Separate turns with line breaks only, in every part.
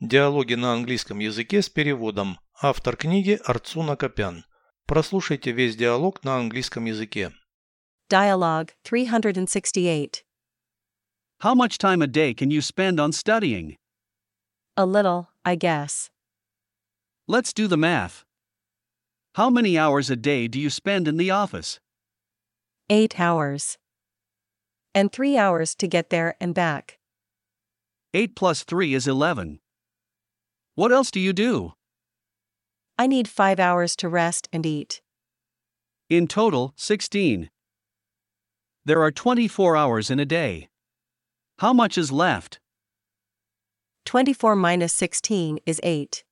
Диалоги на английском языке с переводом. Автор книги Арцуна Копян. Прослушайте весь диалог на английском языке.
Dialogue 368.
How much time a day can you spend on studying?
A little, I guess.
Let's do the math. How many hours a day do you spend in the office?
Eight hours. And three hours to get there and back.
8 plus 3 is 11. What else do you do?
I need five hours to rest and eat.
In total, 16. There are 24 hours in a day. How much is left?
24 minus 16 is 8.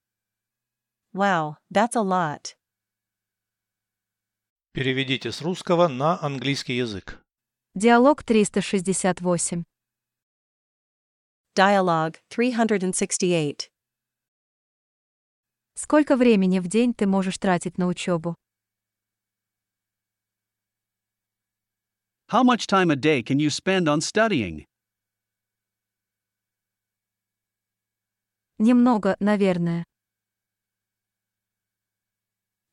Wow, that's a lot.
Переведите с русского на английский язык.
Диалог 368.
Dialogue 368.
Сколько времени в день ты можешь тратить на учебу?
How much time a day can you spend on studying?
Немного, наверное.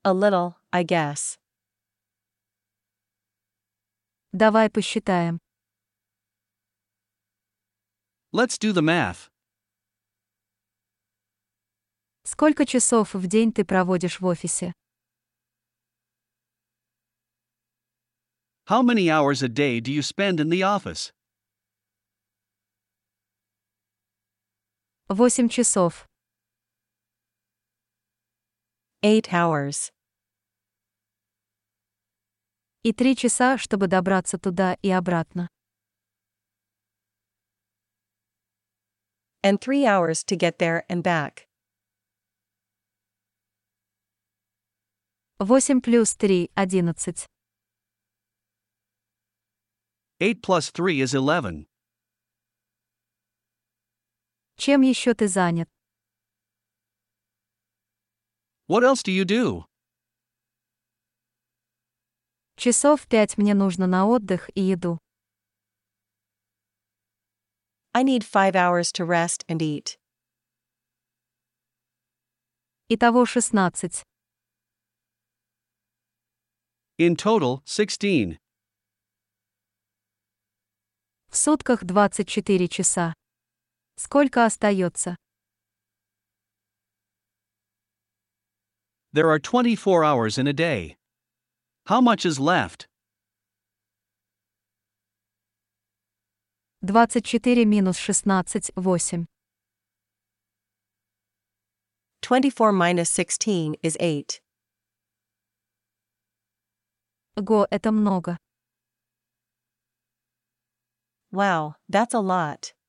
A little, I guess.
Давай посчитаем.
Let's do the math.
Сколько часов в день ты проводишь в офисе?
How many hours a day do you spend in the office?
8 часов.
Eight hours.
И 3 часа, чтобы добраться туда и обратно.
And three hours to get there and back.
8 плюс 3 – 11.
8 plus 3 is 11.
Чем еще ты занят?
What else do you do?
Часов 5 мне нужно на отдых и еду.
I need five hours to rest and eat.
Итого 16.
In total, 16.
В сутках 24 часа. Сколько остается?
There are 24 hours in a day. How much is left?
24 минус 16 – 8.
24 minus 16 is 8.
Го – это много.
Wow, that's a lot.